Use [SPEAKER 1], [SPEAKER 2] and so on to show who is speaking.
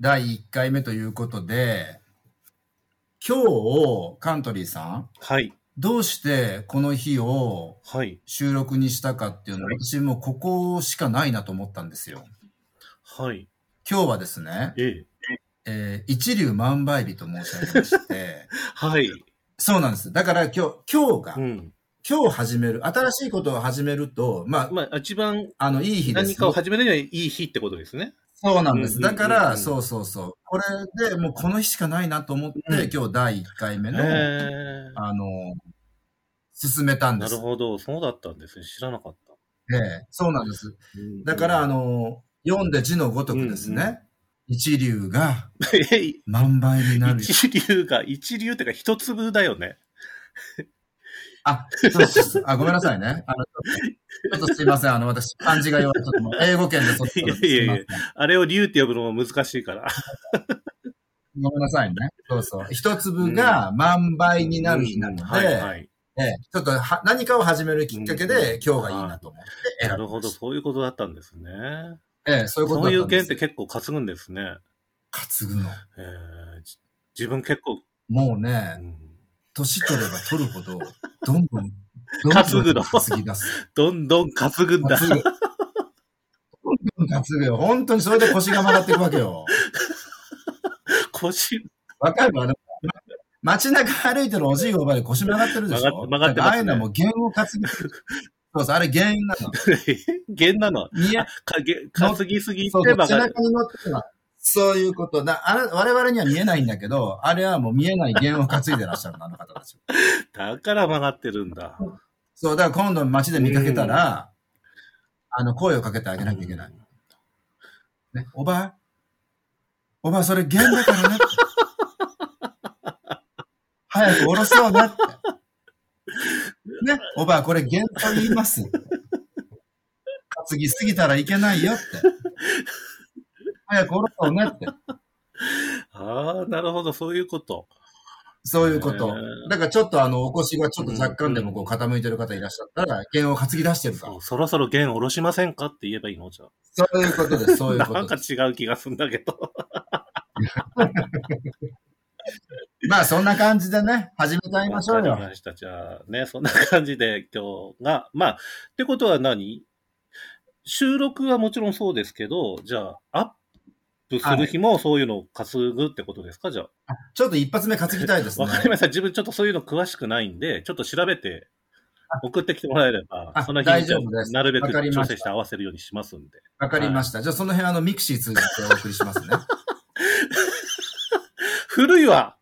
[SPEAKER 1] 第1回目ということで、今日、カントリーさん、
[SPEAKER 2] はい。
[SPEAKER 1] どうしてこの日を
[SPEAKER 2] はい。
[SPEAKER 1] 収録にしたかっていうのは、
[SPEAKER 2] はい
[SPEAKER 1] 私もうここしかないなと思ったんですよ。
[SPEAKER 2] はい。
[SPEAKER 1] 今日はですね、
[SPEAKER 2] ええ。
[SPEAKER 1] えー一粒万倍日と申し上げまして、
[SPEAKER 2] はい。
[SPEAKER 1] そうなんです。だから今日、今日が、
[SPEAKER 2] うん。
[SPEAKER 1] 今日始める、新しいことを始めると、まあ、
[SPEAKER 2] まあ、一番
[SPEAKER 1] あの、いい日です。
[SPEAKER 2] 何かを始めるにはいい日ってことですね。
[SPEAKER 1] そうなんで
[SPEAKER 2] う
[SPEAKER 1] す。
[SPEAKER 2] んうん
[SPEAKER 1] だ
[SPEAKER 2] うん
[SPEAKER 1] か
[SPEAKER 2] う
[SPEAKER 1] ら、
[SPEAKER 2] ん
[SPEAKER 1] そうそうそう。これでもうこの日しかないなと思って、
[SPEAKER 2] うん
[SPEAKER 1] 今日第1回目
[SPEAKER 2] え
[SPEAKER 1] の、
[SPEAKER 2] え
[SPEAKER 1] あの、進めたんで
[SPEAKER 2] な
[SPEAKER 1] す
[SPEAKER 2] る。ほど。そうだったんですね。知らなかった。
[SPEAKER 1] ええそうなんです。だから、あ
[SPEAKER 2] の、
[SPEAKER 1] の、読んで字のごとくですね、
[SPEAKER 2] うん
[SPEAKER 1] 一流が
[SPEAKER 2] え
[SPEAKER 1] 万倍になる。
[SPEAKER 2] 一流が、一流ってか一粒だよね。
[SPEAKER 1] あ、そうそうそうあ、ごめんなさいね。あのちょっとちょっとすいません。あの、私、漢字が弱い。ちょっともう英語圏でそっち
[SPEAKER 2] いやいやいや
[SPEAKER 1] すいません
[SPEAKER 2] あれを流って呼ぶのも難しいから。
[SPEAKER 1] ごめんなさいね。そうそう。一粒が万倍になる日なので、
[SPEAKER 2] はいはい。
[SPEAKER 1] ええちょっとは何かを始めるきっかけで、
[SPEAKER 2] うん
[SPEAKER 1] 今日がいいなと思って選
[SPEAKER 2] な
[SPEAKER 1] び
[SPEAKER 2] るほ
[SPEAKER 1] ま
[SPEAKER 2] ど。
[SPEAKER 1] した。
[SPEAKER 2] そういうことだったんですね。
[SPEAKER 1] ええ、そういうこと
[SPEAKER 2] そ
[SPEAKER 1] だ
[SPEAKER 2] うい
[SPEAKER 1] った
[SPEAKER 2] うん
[SPEAKER 1] で
[SPEAKER 2] 件っ
[SPEAKER 1] す
[SPEAKER 2] て結構担ぐんですね。
[SPEAKER 1] 担ぐの。
[SPEAKER 2] ええじ自分結構、
[SPEAKER 1] もう
[SPEAKER 2] う
[SPEAKER 1] ね、
[SPEAKER 2] ん
[SPEAKER 1] 年取れば取るほど、どんどん、どん
[SPEAKER 2] 担ぐ
[SPEAKER 1] ど
[SPEAKER 2] の
[SPEAKER 1] ん担ぎ出す。
[SPEAKER 2] どんどん担ぐんだ。
[SPEAKER 1] 担ぐ。どんどん担ぐよ。本当にそれで腰が曲がっていくわけよ。
[SPEAKER 2] 腰
[SPEAKER 1] わかるわ。あの街中歩いてるおじいおばあで腰曲がってるでしょ
[SPEAKER 2] 曲がって曲がって
[SPEAKER 1] だ
[SPEAKER 2] ますね
[SPEAKER 1] らああいうのはもう弦を担ぎ。そうそう、あれ原因なの。
[SPEAKER 2] 弦なの。
[SPEAKER 1] 見え
[SPEAKER 2] か げ担ぎすぎて
[SPEAKER 1] そうそう、
[SPEAKER 2] 曲
[SPEAKER 1] 背
[SPEAKER 2] がる。
[SPEAKER 1] 中に乗っては、そういうことだあれ。我々には見えないんだけど、あれはもう見えない弦を担いでらっしゃるの、あの方たち。
[SPEAKER 2] だから曲がってるんだ。
[SPEAKER 1] そう、だから今度街で見かけたら、あの、声をかけてあげなきゃいけない。ね、おばおばそれ弦だから ねって。早く下ろそうなって。ね、おばこれ弦と言います。担ぎすぎたらいけないよって。早く下ろそうねって。
[SPEAKER 2] ああ、なるほど、そういうこと。
[SPEAKER 1] そういうこと。
[SPEAKER 2] へー
[SPEAKER 1] だからちょっとあの、お腰がちょっと若干でもこう傾いてる方いらっしゃったら、弦を担ぎ出してるから
[SPEAKER 2] そ。うそろそろ弦下ろしませんかって言えばいいのじゃあ
[SPEAKER 1] そういうことです、そういうこ
[SPEAKER 2] なん
[SPEAKER 1] と
[SPEAKER 2] か
[SPEAKER 1] で
[SPEAKER 2] 違う気がするんだけど。
[SPEAKER 1] す。まあそんな感じでね、始めちゃいましょう
[SPEAKER 2] わ
[SPEAKER 1] よ
[SPEAKER 2] か。りました。じゃあね、そんな感じで今日が、まあ、ってことは何収録はもちろんそうですけど、じゃあ、アップする日もそういうのを担ぐってことですか、じゃあ。
[SPEAKER 1] ちょっと一発目担ぎたいですね
[SPEAKER 2] わ。かりました。自分ちょっとそういうの詳しくないんで、ちょっと調べて送ってきてもらえれば
[SPEAKER 1] あ、
[SPEAKER 2] その日
[SPEAKER 1] 大
[SPEAKER 2] に
[SPEAKER 1] 丈夫です
[SPEAKER 2] なるべ
[SPEAKER 1] わ
[SPEAKER 2] く
[SPEAKER 1] かりました
[SPEAKER 2] 調整して合わせるようにしますんで。
[SPEAKER 1] わかりました。じゃあその辺あの、ミクシー通じてお送りしますね。
[SPEAKER 2] 古いわ